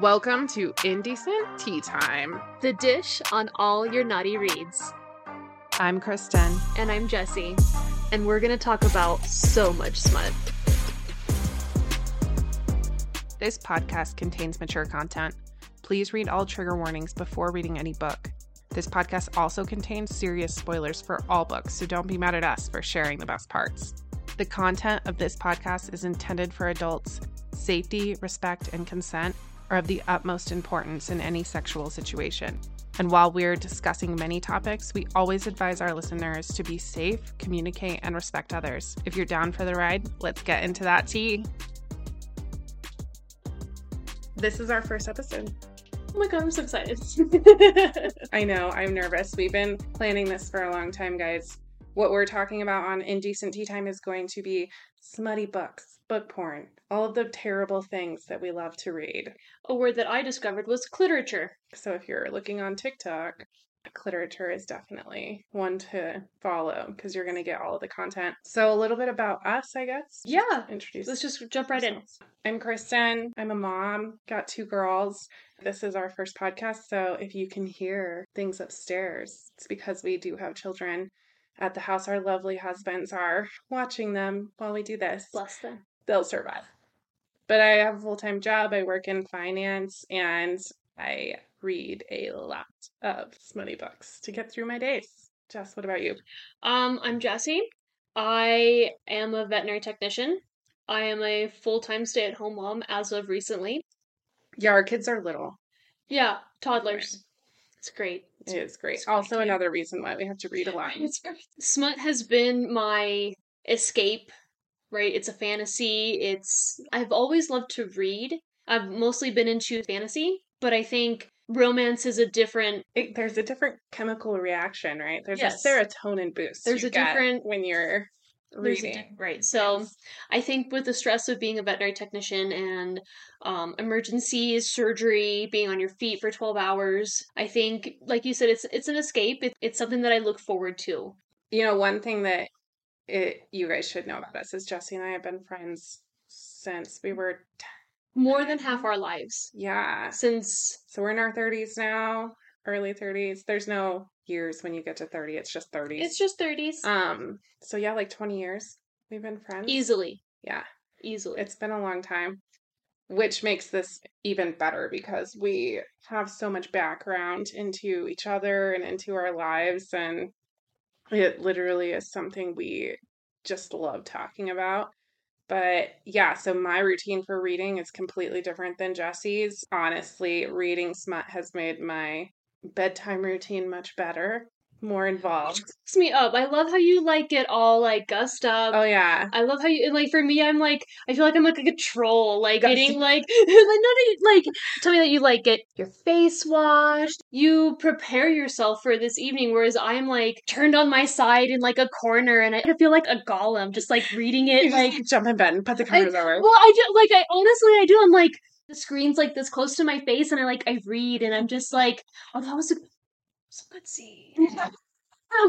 Welcome to Indecent Tea Time. the dish on all your naughty reads. I'm Kristen. And I'm Jesse, and we're gonna talk about so much smut. This podcast contains mature content. Please read all trigger warnings before reading any book. This podcast also contains serious spoilers for all books, so don't be mad at us for sharing the best parts. The content of this podcast is intended for adults. Safety, respect, and consent are of the utmost importance in any sexual situation. And while we're discussing many topics, we always advise our listeners to be safe, communicate, and respect others. If you're down for the ride, let's get into that tea. This is our first episode. Oh my god, I'm so excited. I know, I'm nervous. We've been planning this for a long time, guys. What we're talking about on Indecent Tea Time is going to be smutty books, book porn, all of the terrible things that we love to read. A word that I discovered was cliterature. So if you're looking on TikTok, literature is definitely one to follow because you're going to get all of the content. So a little bit about us, I guess. Yeah, Introduce let's just jump right in. ourselves. I'm Kristen. I'm a mom, got two girls. This is our first podcast, so if you can hear things upstairs, it's because we do have children at the house. Our lovely husbands are watching them while we do this. Bless them. They'll survive. But I have a full time job. I work in finance and I read a lot of smutty books to get through my days. Jess, what about you? Um, I'm Jesse. I am a veterinary technician. I am a full time stay at home mom as of recently. Yeah, our kids are little. Yeah, toddlers. It's great. It is great. it's great, Also, yeah. another reason why we have to read a lot. It's great. Smut has been my escape, right? It's a fantasy. It's I've always loved to read. I've mostly been into fantasy, but I think romance is a different it, there's a different chemical reaction, right? There's Yes. a serotonin boost. There's you a get different- when you're there's a reading. diff- right. So I think with the stress of being a veterinary technician and um, emergencies, surgery, being on your feet for 12 hours, I think, like you said, it's it's an escape. It, it's something that I look forward to. you know, one thing that it you guys should know about us is Jesse and I have been friends since we were t- More than half our lives yeah. since So we're in our 30s now, early 30s. There's no years when you get to 30. It's just 30s. it's just 30s. um. So yeah, like 20 years we've been friends. easily. Yeah. Easily. It's been a long time, which makes this even better because we have so much background into each other and into our lives. And it literally is something we just love talking about. But yeah, so my routine for reading is completely different than Jesse's. Honestly, reading smut has made my bedtime routine much better, more involved. fucks me up. I love how you like get all like gussed up. Oh, yeah. I love how you and, like for me. I'm like I feel like I'm like, a troll, like Gussed. getting like like no, no, like tell me that you like get your face washed. You prepare yourself for this evening, whereas I'm like turned on my side in like a corner, and I feel like a golem, just like reading You it. just like jump in bed and put the covers over. well, I do like I honestly I do. I'm like the screen's like this close to my face, and I like I read, and I'm just like oh that was a, was a good scene.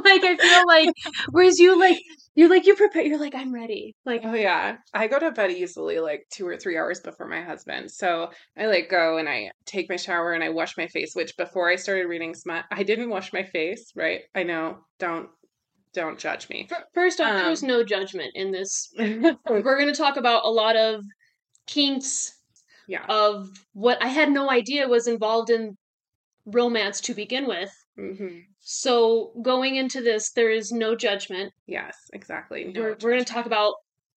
like I feel like whereas you like you like you prepare you're like I'm ready like Oh yeah. I go to bed easily like two or three hours before my husband. So I like go and I take my shower and I wash my face, which before I started reading smut, I didn't wash my face, right? I know. Don't don't judge me. Mm-hmm. fir- first off there's Um, no judgment in this we're going to talk about a lot of kinks yeah. of what I had no idea was involved in romance to begin with hmm so going into this there is no judgment Yes, exactly. we're, we're going to talk about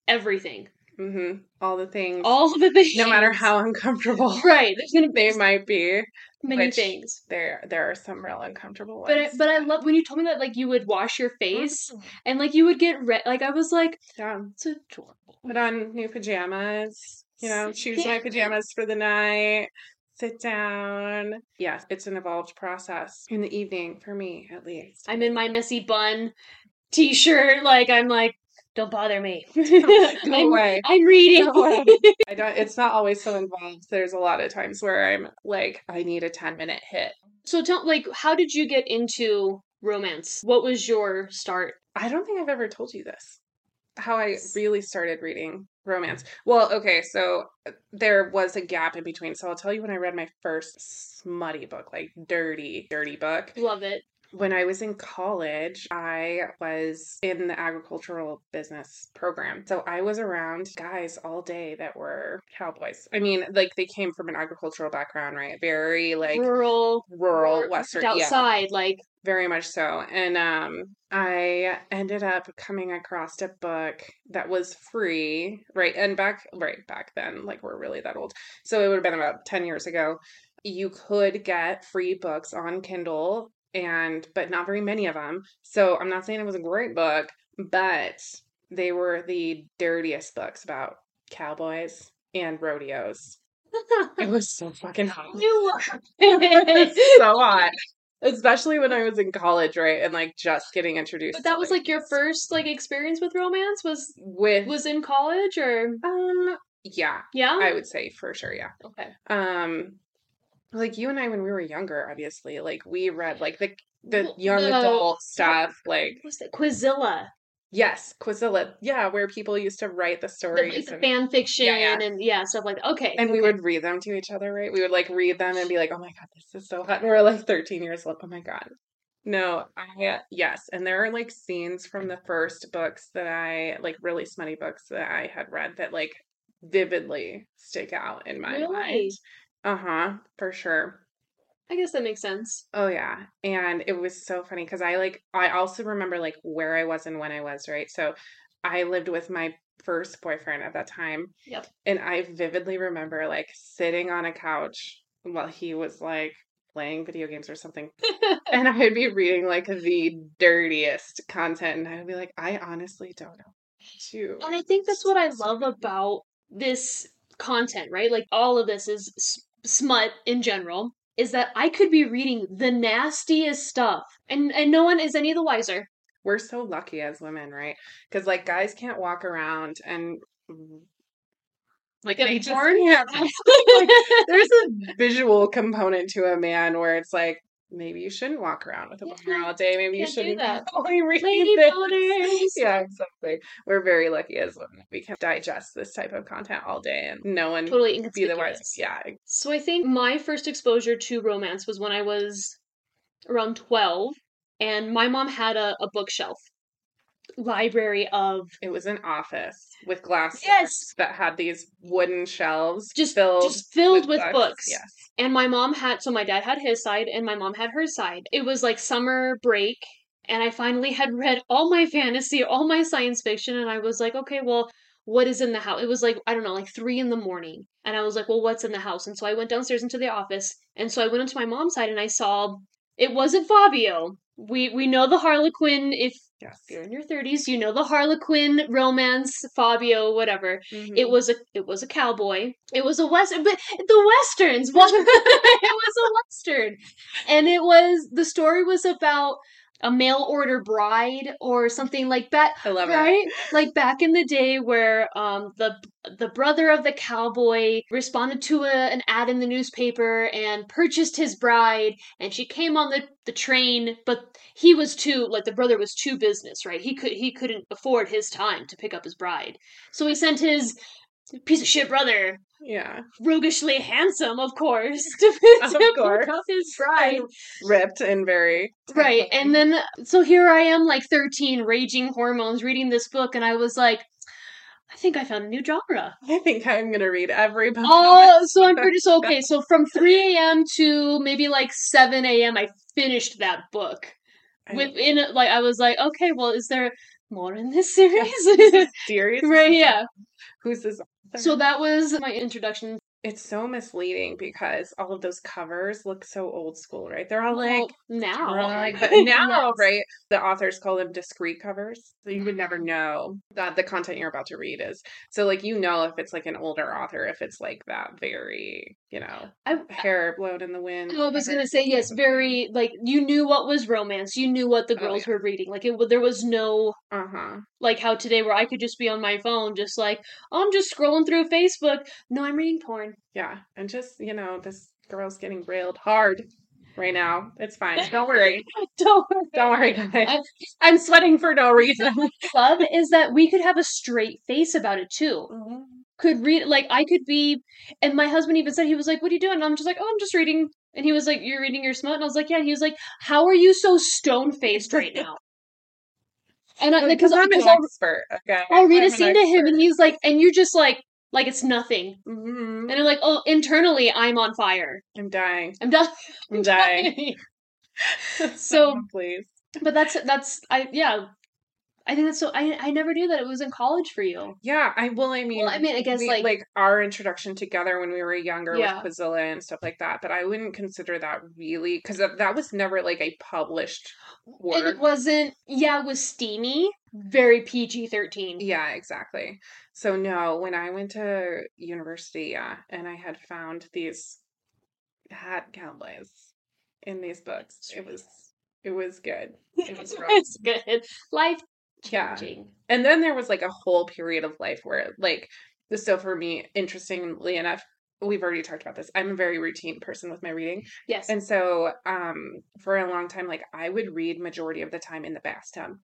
everything hmm all the things. all of the things no matter how uncomfortable right there's going to be they might be, many which- things there there are some real uncomfortable ones. but I, but I love when you told me that like you would wash your face Mm-hmm. and like you would get red like I was like yeah. it's adorable put on new pajamas, you know, choose my Yeah. pajamas for the night, sit down. Yes, it's an evolved process in the evening for me at least. I'm in my messy bun t-shirt like I'm like don't bother me Go I'm- away. I'm reading Go away. I don't it's not always so involved. There's a lot of times where I'm like, I need a 10 minute hit. so tell like how did you get into romance what was your start I don't think I've ever told you this. How I really started reading romance. Well, okay, so uh, there was a gap in between. So I'll tell you when I read my first smutty book, like dirty, dirty book. Love it. When I was in college, I was in the agricultural business program. So I was around guys all day that were cowboys. I mean, like they came from an agricultural background, right? Very like Rural, rural or western yeah outside, like very much so and um i ended up coming across a book that was free right and back right back then like we're really that old so it would have been about 10 years ago you could get free books on kindle and but not very many of them so i'm not saying it was a great book but they were the dirtiest books about cowboys and rodeos it was so fucking hot you love it's it. so hot. Especially when I was in college, right? And like just getting introduced. But to, that was like your first like experience with romance was with was Oh. in college or um yeah, yeah I would say for sure, yeah. okay Um like you and I when we were younger, obviously, like we read like the the Well, young no. adult stuff, like was that Quizilla yes, Quizilla, yeah, where people used to write the the, stories, like, the and, fan fiction yeah. and yeah stuff like that. okay and we okay. would read them to each other, right? We would like read them and be like, "Oh my god, this is so hot," and we're like thirteen years old. Oh my god, No, I yes, and there are like scenes from the first books that I like really smutty books that I had read that like vividly stick out in my really mind. Uh-huh, for sure. I guess that makes sense Oh yeah. And it was so funny because I like I also remember like where I was and when I was, right? So I lived with my first boyfriend at that time. Yep. And I vividly remember like sitting on a couch while he was like playing video games or something. and I would be reading like the dirtiest content and I would be like, I honestly don't know what to And I think that's what I love about this content, right? Like all of this is s- smut in general. Is that I could be reading the nastiest stuff, and and no one is any the wiser. we're so lucky as women, right? Because like guys can't walk around and like Get they just bored? can't. There's a visual component to a man where it's like maybe you shouldn't walk around with a Yeah, boner all day. Maybe you can't do shouldn't that. only read Lady this. boners. Yeah, exactly. We're very lucky as women. We can digest this type of content all day and no one totally be the inconspicuous. wise. Yeah, So I think my first exposure to romance was when I was around 12, and my mom had a, a bookshelf library of it was an office with glass yes, that had these wooden shelves just filled just filled with, books. Yes. And my mom had, so my dad had his side and my mom had her side. It was like summer break, and I finally had read all my fantasy, all my science fiction, and I was like, okay, well, what is in the house? It was like, I don't know, like three in the morning. And I was like, well, what's in the house? And so I went downstairs into the office, and so I went into my mom's side and I saw it wasn't Fabio. We we know the Harlequin. If Yes. you're in your 30s, you know the Harlequin romance, Fabio, whatever. It Mhm. was a it was a cowboy. It was a western, but the westerns. Well, it was a western, and it was the story was about a mail order bride or something like that, I love it. right? Like back in the day, where um the the brother of the cowboy responded to a, an ad in the newspaper and purchased his bride, and she came on the the train, but he was too like the brother was too business, right? He could he couldn't afford his time to pick up his bride, so he sent his piece of shit brother, Yeah. roguishly handsome, of course, to, to Of pick course. up his bride. ripped and very Right. And then, so here I am, like 13, raging hormones, reading this book, and I was like, I think I found a new genre. I think I'm gonna read every book. Oh, so I'm pretty, so okay, so from 3 a.m. to maybe like 7 a.m., I finished that book. I- Within, like, I was like, okay, well, is there more in this series? Yes. serious. right, yeah. Who's this? author? So that was my introduction. it's so misleading because all of those covers look so old school, right? They're all like, Well, now. we're all like but now, Yes. right? The authors call them discrete covers, so you would never know that the content you're about to read is. So, like, you know, if it's like an older author, if it's like that very, you know, I, hair blown in the wind. I was cover. gonna say yes, very like you knew what was romance. You knew what the Oh, girls were reading. Like it, w- there was no Uh-huh. like how today where I could just be on my phone, just like I'm just scrolling through Facebook. No, I'm reading porn. Yeah, and just you know, this girl's getting railed hard. right now. It's fine. Don't worry. Don't worry. Don't worry, guys. I'm- I'm sweating for no reason. Club is that we could have a straight face about it too. Could read like I could be, and my husband even said he was like, "What are you doing?" And I'm just like, "Oh, I'm just reading." And he was like, "You're reading your smut," and I was like, "Yeah." And he was like, "How are you so stone faced right now?" And I because Because I, I'm an because I, expert. Okay. I read a scene to him, and he's like, "And you're just like like it's nothing." hmm And I'm like, "Oh, internally, I'm on fire. I'm dying. I'm done." I'm dying. So- Someone please. but that's that's I yeah. I think that's so. I I never knew that it was in college for you. Yeah, I well, I mean, Well, I mean, I guess we- like, our introduction together when we were younger Yeah. with Quizilla and stuff like that, but I wouldn't consider that really because that, that was never like a published and work. it wasn't. Yeah, it was steamy, very PG thirteen. Yeah, exactly. So no, when I went to university, yeah, and I had found these hat cowboys in these books. It was it was good. It was rough. it's good. Life Yeah. changing. And then there was like a whole period of life where like so for me, interestingly enough, we've already talked about this. I'm a very routine person with my reading. Yes. And so um for a long time like I would read majority of the time in the bathtub.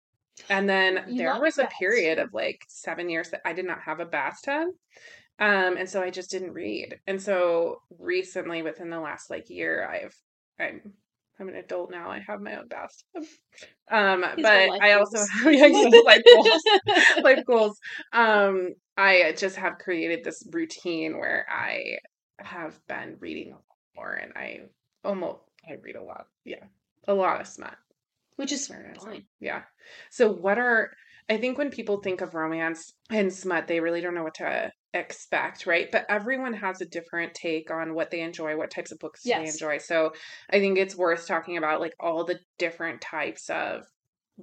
And then You there love was a baths. period of like 7 years that I did not have a bathtub. Um and so I just didn't read. And so recently within the last like year I've I'm I'm an adult now. I have my own bathtub. Um These are but life I also goals. have yeah, these are life goals life goals. Um, I just have created this routine where I have been reading a lot more, and I almost I read a lot. Yeah, a lot of smut. Which is feminism. fine. Yeah. So what are I think when people think of romance and smut, they really don't know what to expect, right? But everyone has a different take on what they enjoy, what types of books they Yes. enjoy. So I think it's worth talking about like all the different types of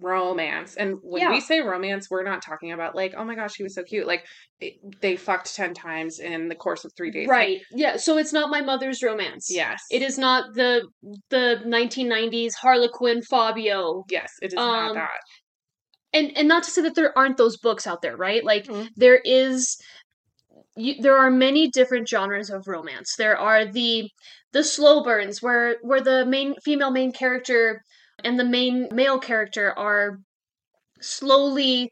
romance. And when Yeah. we say romance, we're not talking about like, oh my gosh, he was so cute. Like it, they fucked 10 times in the course of 3 days. Like, Right. Yeah. So it's not my mother's romance. yes. It is not the the 1990s Harlequin Fabio. Yes, it is not Um, that. And and not to say that there aren't those books out there, right? Like Mhm. there is you, there are many different genres of romance. There are the the slow burns where where the main female main character and the main male character are slowly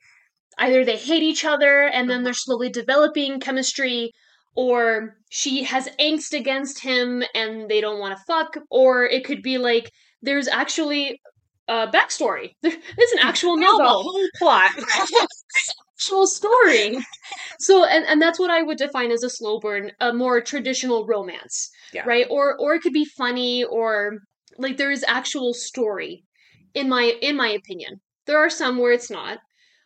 either they hate each other and Mm-hmm. then they're slowly developing chemistry or she has angst against him and they don't want to fuck or it could be like there's actually a backstory. It's an actual There's a novel whole plot. actual story. so and, and that's what I would define as a slow burn, a more traditional romance. Yeah. Right? Or or it could be funny or like there is actual story in my in my opinion. There are some where it's not.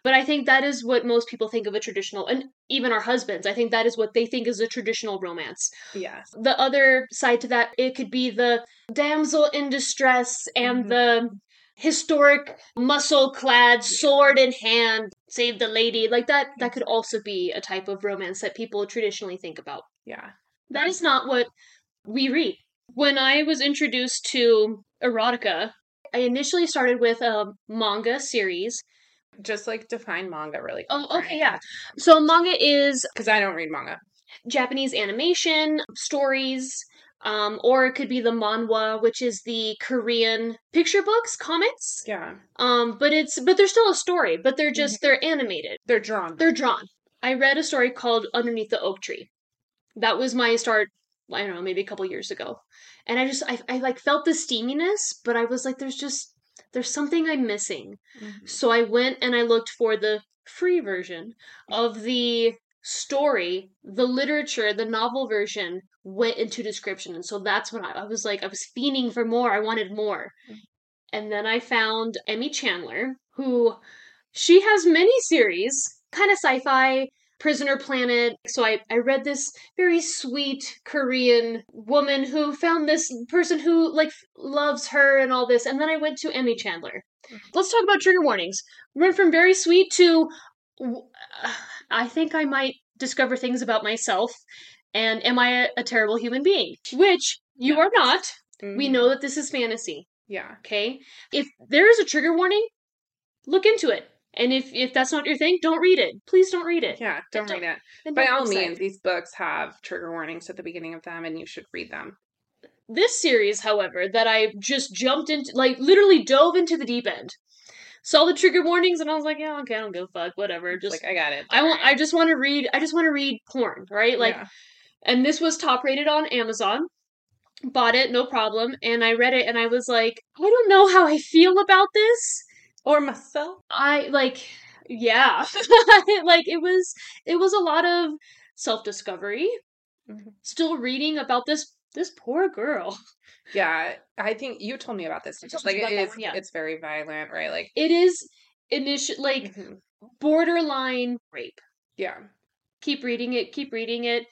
But I think that is what most people think of a traditional and even our husbands, I think that is what they think is a traditional romance. yes. The other side to that, it could be the damsel in distress and Mhm. the historic muscle clad sword in hand save the lady like that that could also be a type of romance that people traditionally think about Yeah. that is not what we read when i was introduced to erotica i initially started with a manga series Just like define manga really quick. oh okay yeah so manga is Because I don't read manga. Japanese animation stories, um, or it could be the manhwa, which is the Korean picture books, comics. Yeah. Um, but it's but there's still a story, but they're just they're animated, They're drawn. they're drawn. I read a story called Underneath the Oak Tree. That was my start. I don't know, maybe a couple years ago, and I just I, I like felt the steaminess, but I was like, there's just there's something I'm missing. Mm-hmm. So I went and I looked for the free version of the story, the literature, the novel version went into description. And so that's when I, I was like, I was fiending for more. I wanted more. Mhm. And then I found Emmy Chandler, who she has many series, kind of sci fi, Prisoner Planet. So I, I read this very sweet Korean woman who found this person who like loves her and all this. And then I went to Emmy Chandler. Let's talk about trigger warnings. We went from very sweet to w- I think I might discover things about myself and am I a, a terrible human being? Which you Yeah. are not. We Mhm. know that this is fantasy Yeah. okay if there is a trigger warning look into it and if if that's not your thing don't read it please don't read it Yeah. Don't don't- read it. And By don't all be means, excited. these books have trigger warnings at the beginning of them and you should read them. This series, however, that I just jumped into, like literally dove into the deep end, saw the trigger warnings, and I was like, yeah, okay, I don't give a fuck, whatever. Just like I got it. I want. I Alright. just want to read. I just want to read porn, right? Like, Yeah. and this was top rated on Amazon. Bought it, no problem. And I read it, and I was like, I don't know how I feel about this. or myself. I like, yeah, like it was. It was a lot of self discovery. Mhm. Still reading about this this poor girl. Yeah, I think you told me about this. I told like you about it that is, one, yeah. it's very violent, right? Like, It is initial like mhm. borderline rape. yeah, keep reading it, keep reading it,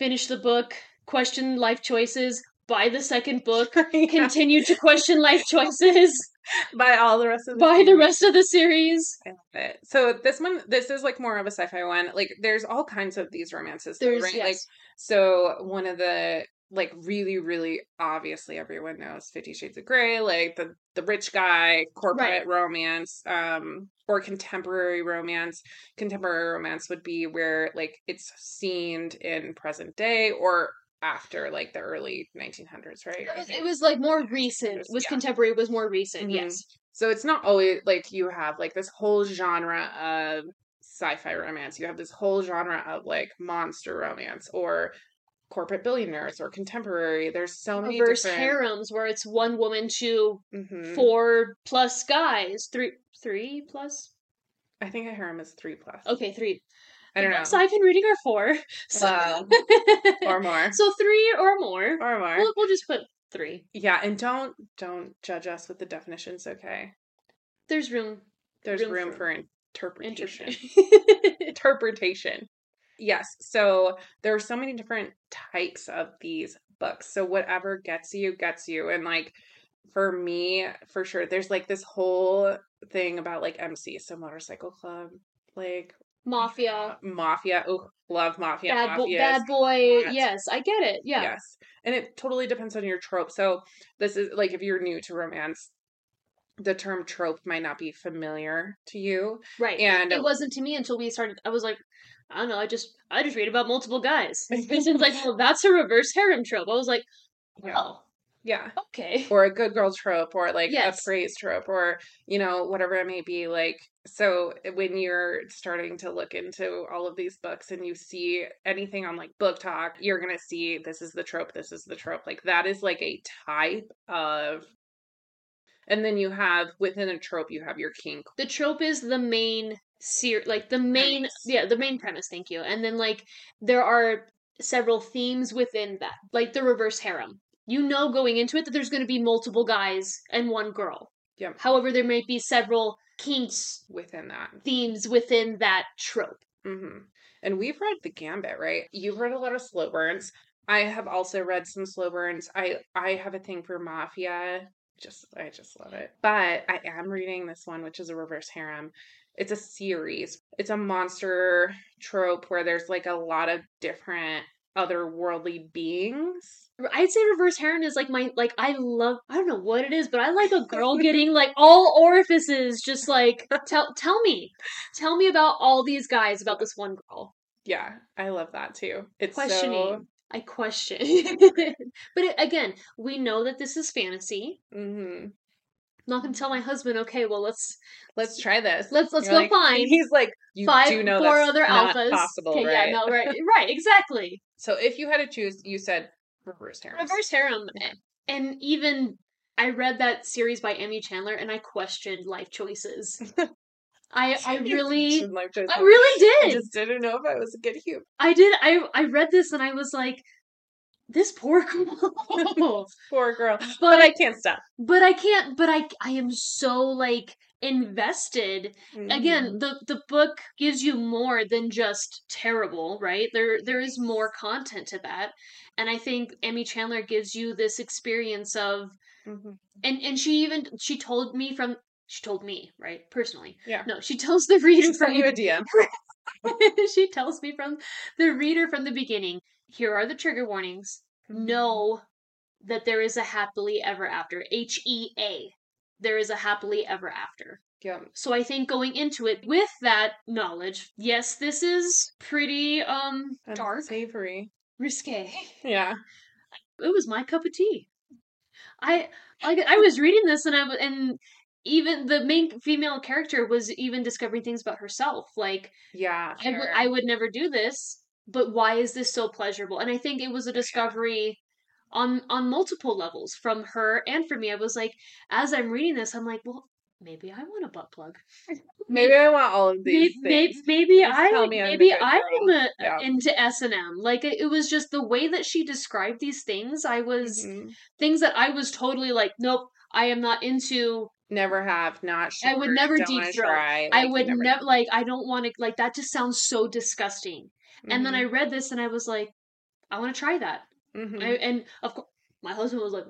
finish the book, question life choices, buy the second book, Yeah. continue to question life choices, by all the rest of buy the series. rest of the series. I love it. So this one, this is like more of a sci-fi one. Like, there's all kinds of these romances, though, There's right? Like, yes. so one of the like really, really obviously everyone knows Fifty Shades of Grey, like the the rich guy corporate romance, um, or contemporary romance. Contemporary romance would be where like it's scened in present day or after like the early 1900s, right? It I was, think. it was like more recent. There's- Was yeah. contemporary was more recent. Mhm. Yes. So it's not always like you have like this whole genre of sci-fi romance. You have this whole genre of like monster romance or corporate billionaires or contemporary. There's so many Reverse different harems where it's one woman to Mhm. four plus guys, three three plus. I think a harem is three plus. Okay, three. I don't know. So I've been reading are four. So, Wow. or more. so three or more. Or more. We'll, we'll just put three. yeah, and don't don't judge us with the definitions, okay? There's room There's Room room, for for Interesting. interpretation. interpretation. Yes. So there are so many different types of these books. So whatever gets you, gets you. And like for me, for sure, there's like this whole thing about like MC, so Motorcycle Club, like uh, Mafia, Mafia. Oh, love Mafia. bad, bo- Mafias. bad boy. cats. Yes, I get it. Yeah. Yes. And it totally depends on your trope. So this is like if you're new to romance, the term trope might not be familiar to you. Right. And- uh, it wasn't to me until we started. I was like, I don't know. I just I just read about multiple guys. Vincent's like, well, that's a reverse harem trope. I was like, Yeah. oh, Yeah. okay. or a good girl trope or like Yes. a praise trope or you know whatever it may be like so eh, when you're starting to look into all of these books and you see anything on like book talk you're going to see this is the trope this is the trope like that is like a type of and then you have within a trope you have your king The trope is the main ser like the main Premise. yeah the main premise. Thank you. And then like there are several themes within that, like the reverse harem. You know going into it that there's going to be multiple guys and one girl. Yep. However, there might be several kinks within that themes within that trope. hmm And we've read The Gambit, right? You've read a lot of slow burns. I have also read some slow burns. I I have a thing for mafia. Just I just love it. But I am reading this one, which is a reverse harem. It's a series. It's a monster trope where there's like a lot of different otherworldly beings. I'd say reverse harem is like my like I love I don't know what it is, but I like a girl getting like all orifices just like tell tell me. Tell me about all these guys about this one girl. Yeah, I love that too. It's so Questioning. I question. but it, again, we know that this is fantasy. mhm. I'm not going to tell my husband, "Okay, well, let's Let's try this. let's let's You're go like- find He's like, you five do know four that's other not alphas." possible, okay, right? yeah, no, right. Right, exactly. So if you had to choose, you said reverse harem. Reverse harem. a- And even I read that series by Emmy Chandler and I questioned life choices. I I really I I really did. just didn't know if I was a good human. I did I I read this and I was like this poor girl. Poor girl. But I but can't stop. but I can't but I I am so like invested again the the book gives you more than just terrible right there there is more content to that and i think emmy chandler gives you this experience of Mhm. and and she even she told me from she told me right personally Yeah. no she tells the reader She from sent you a DM. she tells me from the reader from the beginning here are the trigger warnings know that there is a happily ever after h e a there is a happily ever after Yeah. so I think going into it with that knowledge, yes, this is pretty um dark, Savory. risque. Yeah. it was my cup of tea. I like I was reading this and I w- and even the main female character was even discovering things about herself like Yeah. I would- I would never do this, but why is this so pleasurable? And I think it was a discovery on on multiple levels from her and from me. I was like, as I'm reading this, I'm like, well, maybe I want a butt plug. maybe I want all of Maybe these. maybe, things. maybe Just I tell me I'm the maybe good I girl. am a, Yeah. into S and M. Like it, it was just the way that she described these things. I was Mhm. things that I was totally like, nope, I am not into. Never have, not sure. I would never don't wanna deep throat. try, I like, would never- never like. I don't want to like. That just sounds so disgusting. And then I Mm-hmm. read this and I was like, I want to try that. Mhm. Mhm. I, and of course, my husband was like,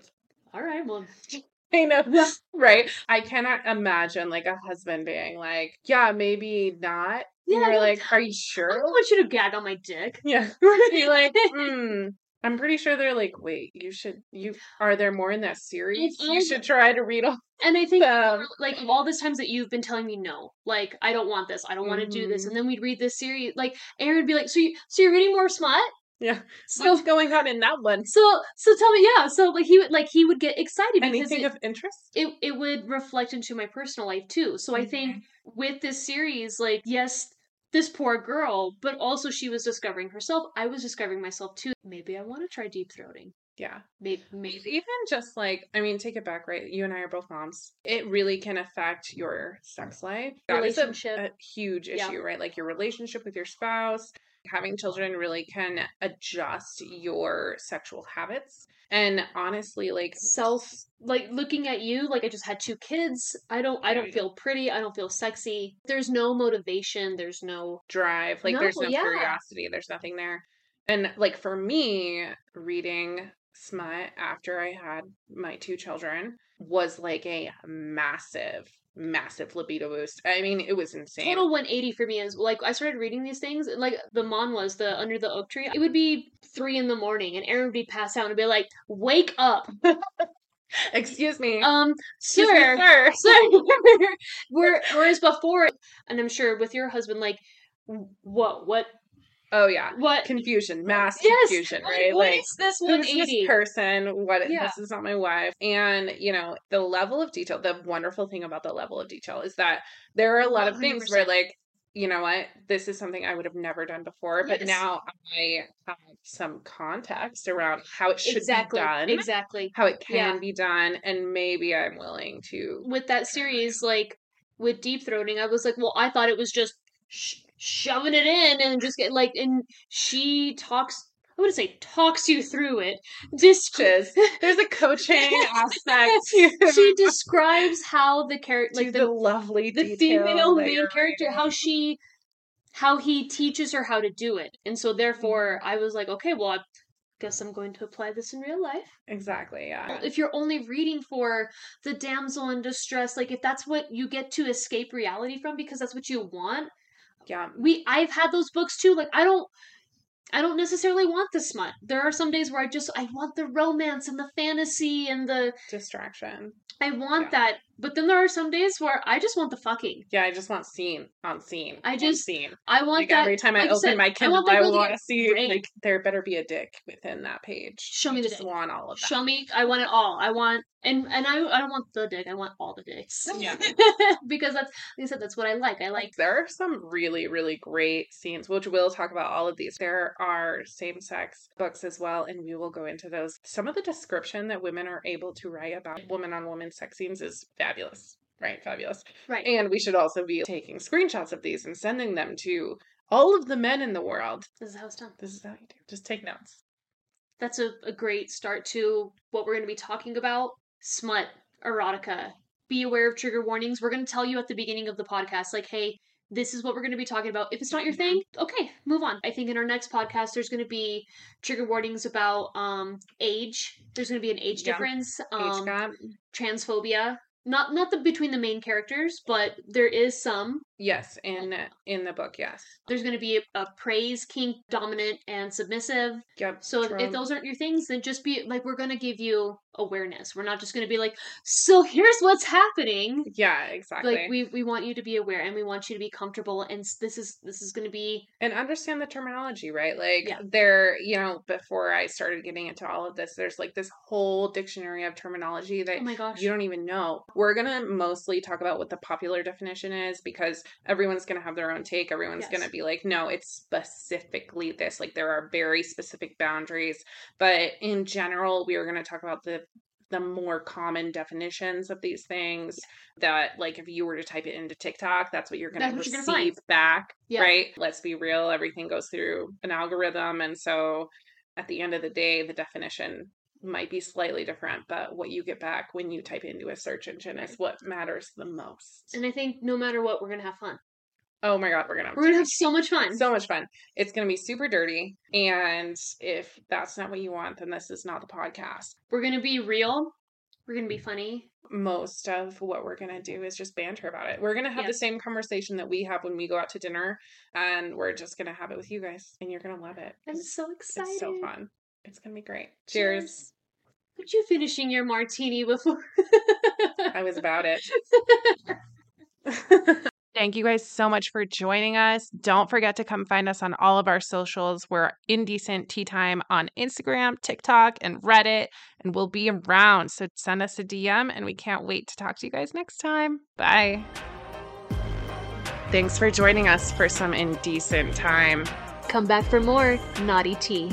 all right, well, I know. Yeah. Right. I cannot imagine like a husband being like, yeah, maybe not. Yeah. Yeah, I You're don't- like, are you I sure? don't want you to gag on my dick. Yeah. You're like, mm. I'm pretty sure they're like, wait, you should you are there more in that series? I- You should try to read all And I of think, them. like, of all the times that you've been telling me no, like, I don't want this, I don't want to do this. Mhm. And then we'd read this series, like, Aaron would be like, so, you, so you're reading more smut? Yeah. So, What's going on in that one? so, so tell me, yeah. So, like, he would, like, he would get excited because Anything it, of interest? it, it would reflect into my personal life too. So I think with this series, like, yes, this poor girl, but also she was discovering herself. I was discovering myself too. Maybe I want to try deep throating. Yeah. Maybe, Maybe maybe. even just like, I mean, take it back, right? You and I are both moms. It really can affect your sex life. That is a- Relationship. a, huge Yeah. issue, right? Like your relationship with your spouse. Having children really can adjust your sexual habits. And honestly, like, self like looking at you like i just had two kids i don't i don't Right. feel pretty i don't feel sexy there's no motivation there's no drive, like, there's No, no yeah. curiosity, there's nothing there. And like, for me, reading Smut after I had my two children was like a massive, massive libido boost. I mean, it was insane. total 180 for me is like i started reading these things and, like the mon was the under the oak tree it would be three in the morning and aaron would be passed out and be like wake up Excuse me. um Excuse me, sir. sir so where- whereas before and i'm sure with your husband like whoa what Oh yeah. what Confusion, mass Yes, confusion, like, right? what Like is this who's this 180 person? What Yeah. this is not my wife. And you know, the level of detail, the wonderful thing about the level of detail is that there are a lot of things where 100%. like, you know what, this is something I would have never done before, but Yes. now I have some context around how it should exactly be done, exactly how it Yeah. can be done, and maybe I'm willing to with that series, like with deep throating, I was like, well, I thought it was just sh- shoving it in and just get like, and she talks. I wouldn't say talks you through it. Just Just- There's a coaching aspect to, she describes how the character, to like the, the lovely the detail female that main you're character, how she, how he teaches her how to do it, and Mm-hmm. so therefore, I was like, okay, well, I guess I'm going to apply this in real life. Exactly. Yeah. if you're only reading for the damsel in distress like if that's what you get to escape reality from because that's what you want Yeah. we i've had those books too like i don't i don't necessarily want the smut there are some days where i just i want the romance and the fantasy and the Distraction. i want Yeah. that but then there are some days where i just want the fucking Yeah. I just want scene on scene. I on just scene. i want Like that every time I like you open said, I my want Kindle, that I girl to want get to see raped. like there better be a dick within that page. Show me I the just dick. want all of that. show me i want it all i want and and i i don't want the dick i want all the dicks Yeah. because that's like i said that's what i like i like there are some really really great scenes which we'll talk about all of these there are same sex books as well and we will go into those some of the description that women are able to write about woman on woman sex scenes is fabulous right fabulous right and we should also be taking screenshots of these and sending them to all of the men in the world This is how it's done. this is how you do just take notes That's a, a great start to what we're going to be talking about smut, erotica. Be aware of trigger warnings. We're going to tell you at the beginning of the podcast, like, hey, this is what we're going to be talking about. If it's not your thing, okay, move on. I think in our next podcast, there's going to be trigger warnings about um, age. There's going to be an age Yeah. difference, Age um, gap. transphobia. Not not the between the main characters, but there is some. Yes, in in the book, yes. There's going to be a, a praise, kink, dominant, and submissive. Yep. So if, if drunk. those aren't your things, then just be like, we're going to give you awareness. We're not just going to be like, so here's what's happening. yeah, exactly. Like we we want you to be aware and we want you to be comfortable and s- this is this is going to be and understand the terminology, right? Like Yeah. there, you know, before I started getting into all of this, there's like this whole dictionary of terminology that oh my gosh you don't even know. We're going to mostly talk about what the popular definition is because everyone's going to have their own take. Everyone's going Yes. to be like, no, it's specifically this. Like there are very specific boundaries. But in general, we are going to talk about the the more common definitions of these things that like if you were to type it into TikTok, that's what you're going That's to what you're gonna receive find. back, Yeah. right? Let's be real, everything goes through an algorithm and so at the end of the day, the definition might be slightly different, but what you get back when you type into a search engine is what matters the most. and I think no matter what we're going to have fun. Oh my god, we're gonna have We're going to have so much fun. so much fun. It's gonna be super dirty. And if that's not what you want, then this is not the podcast. we're going to be real. We're going to be funny. Most of what we're gonna do is just banter about it. We're gonna have Yeah. the same conversation that we have when we go out to dinner, and we're just gonna have it with you guys, and you're gonna love it. I'm It's- so excited. It's so fun. It's gonna be great. Cheers. Aren't you finishing your martini before? I was about it. Thank you guys so much for joining us. Don't forget to come find us on all of our socials. We're Indecent Tea Time on Instagram, TikTok, and Reddit, and we'll be around. So send us a DM, and we can't wait to talk to you guys next time. Bye. Thanks for joining us for some indecent time. Come back for more naughty tea.